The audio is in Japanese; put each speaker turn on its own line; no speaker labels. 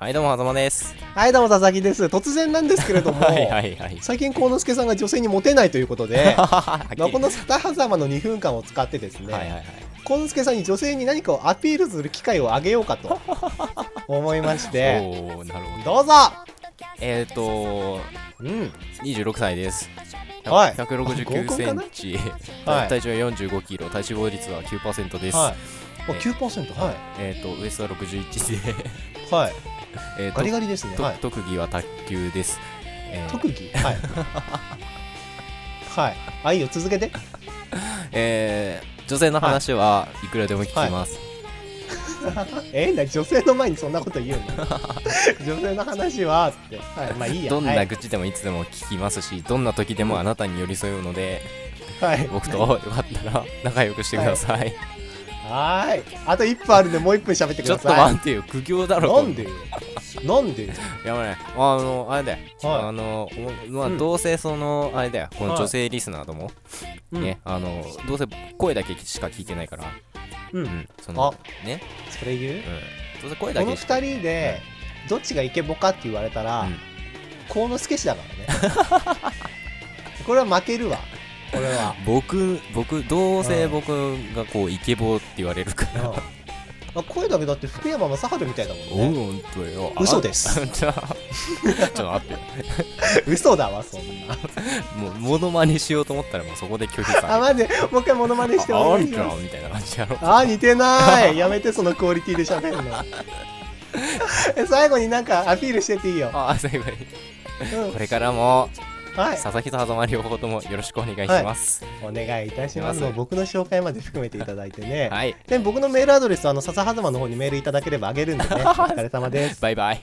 はいどうもはざまです
はいどうも佐々木です突然なんですけれど も
はいはい はい
最近幸之助さんが女性にモテないということでまあこ
は
のスタハザマの2分間を使ってです
いはい
ね
はい
幸之助さんに女性に何かをアピールする機会をあげよう かと思いまして
おおなるほど
どうぞ
えっ、ー、と
うん
26歳です
はい
169センチ、
なはい
体重 は45キロ体脂肪率は9%です、
はいあ
え
9%は
えっ、ー、とウエストは61で
いはい
えーと
ガリガリですね
と
はい
特技は卓球です、えー
特技はいはいあいいよ続けて
えー女性の話はいくらでも聞きます、
えな女性の前にそんなこと言うの 女性の話はつってはいまあいいや
どん
は
ない愚痴でもいつでも聞きますし、どんな時でもあなたに寄り添うので、
はい
僕とよ かったら仲良くしてください。
はーい。あと1分あるんで、もう1分喋ってく
ちょ
だ
っと待
さ
ってよ、苦行だ
い。
ろ。
なんでなんで
やばいね。あの、あれだよ。
はい
あの、おまあ、
うん
どうせその、あれだよ、この
はい
女性リスナーども、
うん
ね、あの、どうせ声だけしか聞いてないから、
う。
うんん、その、ね、
それ言う
うん、どうせ声だ
こ
け
の2
し
人で、どっちがイケボかって言われたら
うん、
幸之助氏だからね。 これは負けるわ。これは。
僕、僕、どうせ僕がこう、イケボって言われるから。
うんあ声だけだって福山雅治みたいだ
お
も
うん
ね。、
ほんとよ。
嘘です
あ んたちょっと待ってよ。
嘘だわ、そんな。
もうモノマネしようと思ったらもうそこで拒否さ
あ、
れ
マジで、もう一回モノマネして
あ
お
あ
願い
ん
したます。
みたいな感じやろ
あー似てないやめてそのクオリティで喋 るのえ最後になんかアピールしてっていいよ、
あ最後に
うん
これからも
はい
佐々木と狭間両方ともよろしくお願いします
お願いいたします
すいません
僕の紹介まで含めていただいてね、
はい
で僕のメールアドレスはあの笹狭間の方にメールいただければあげるんでねお疲れ様です
バイバイ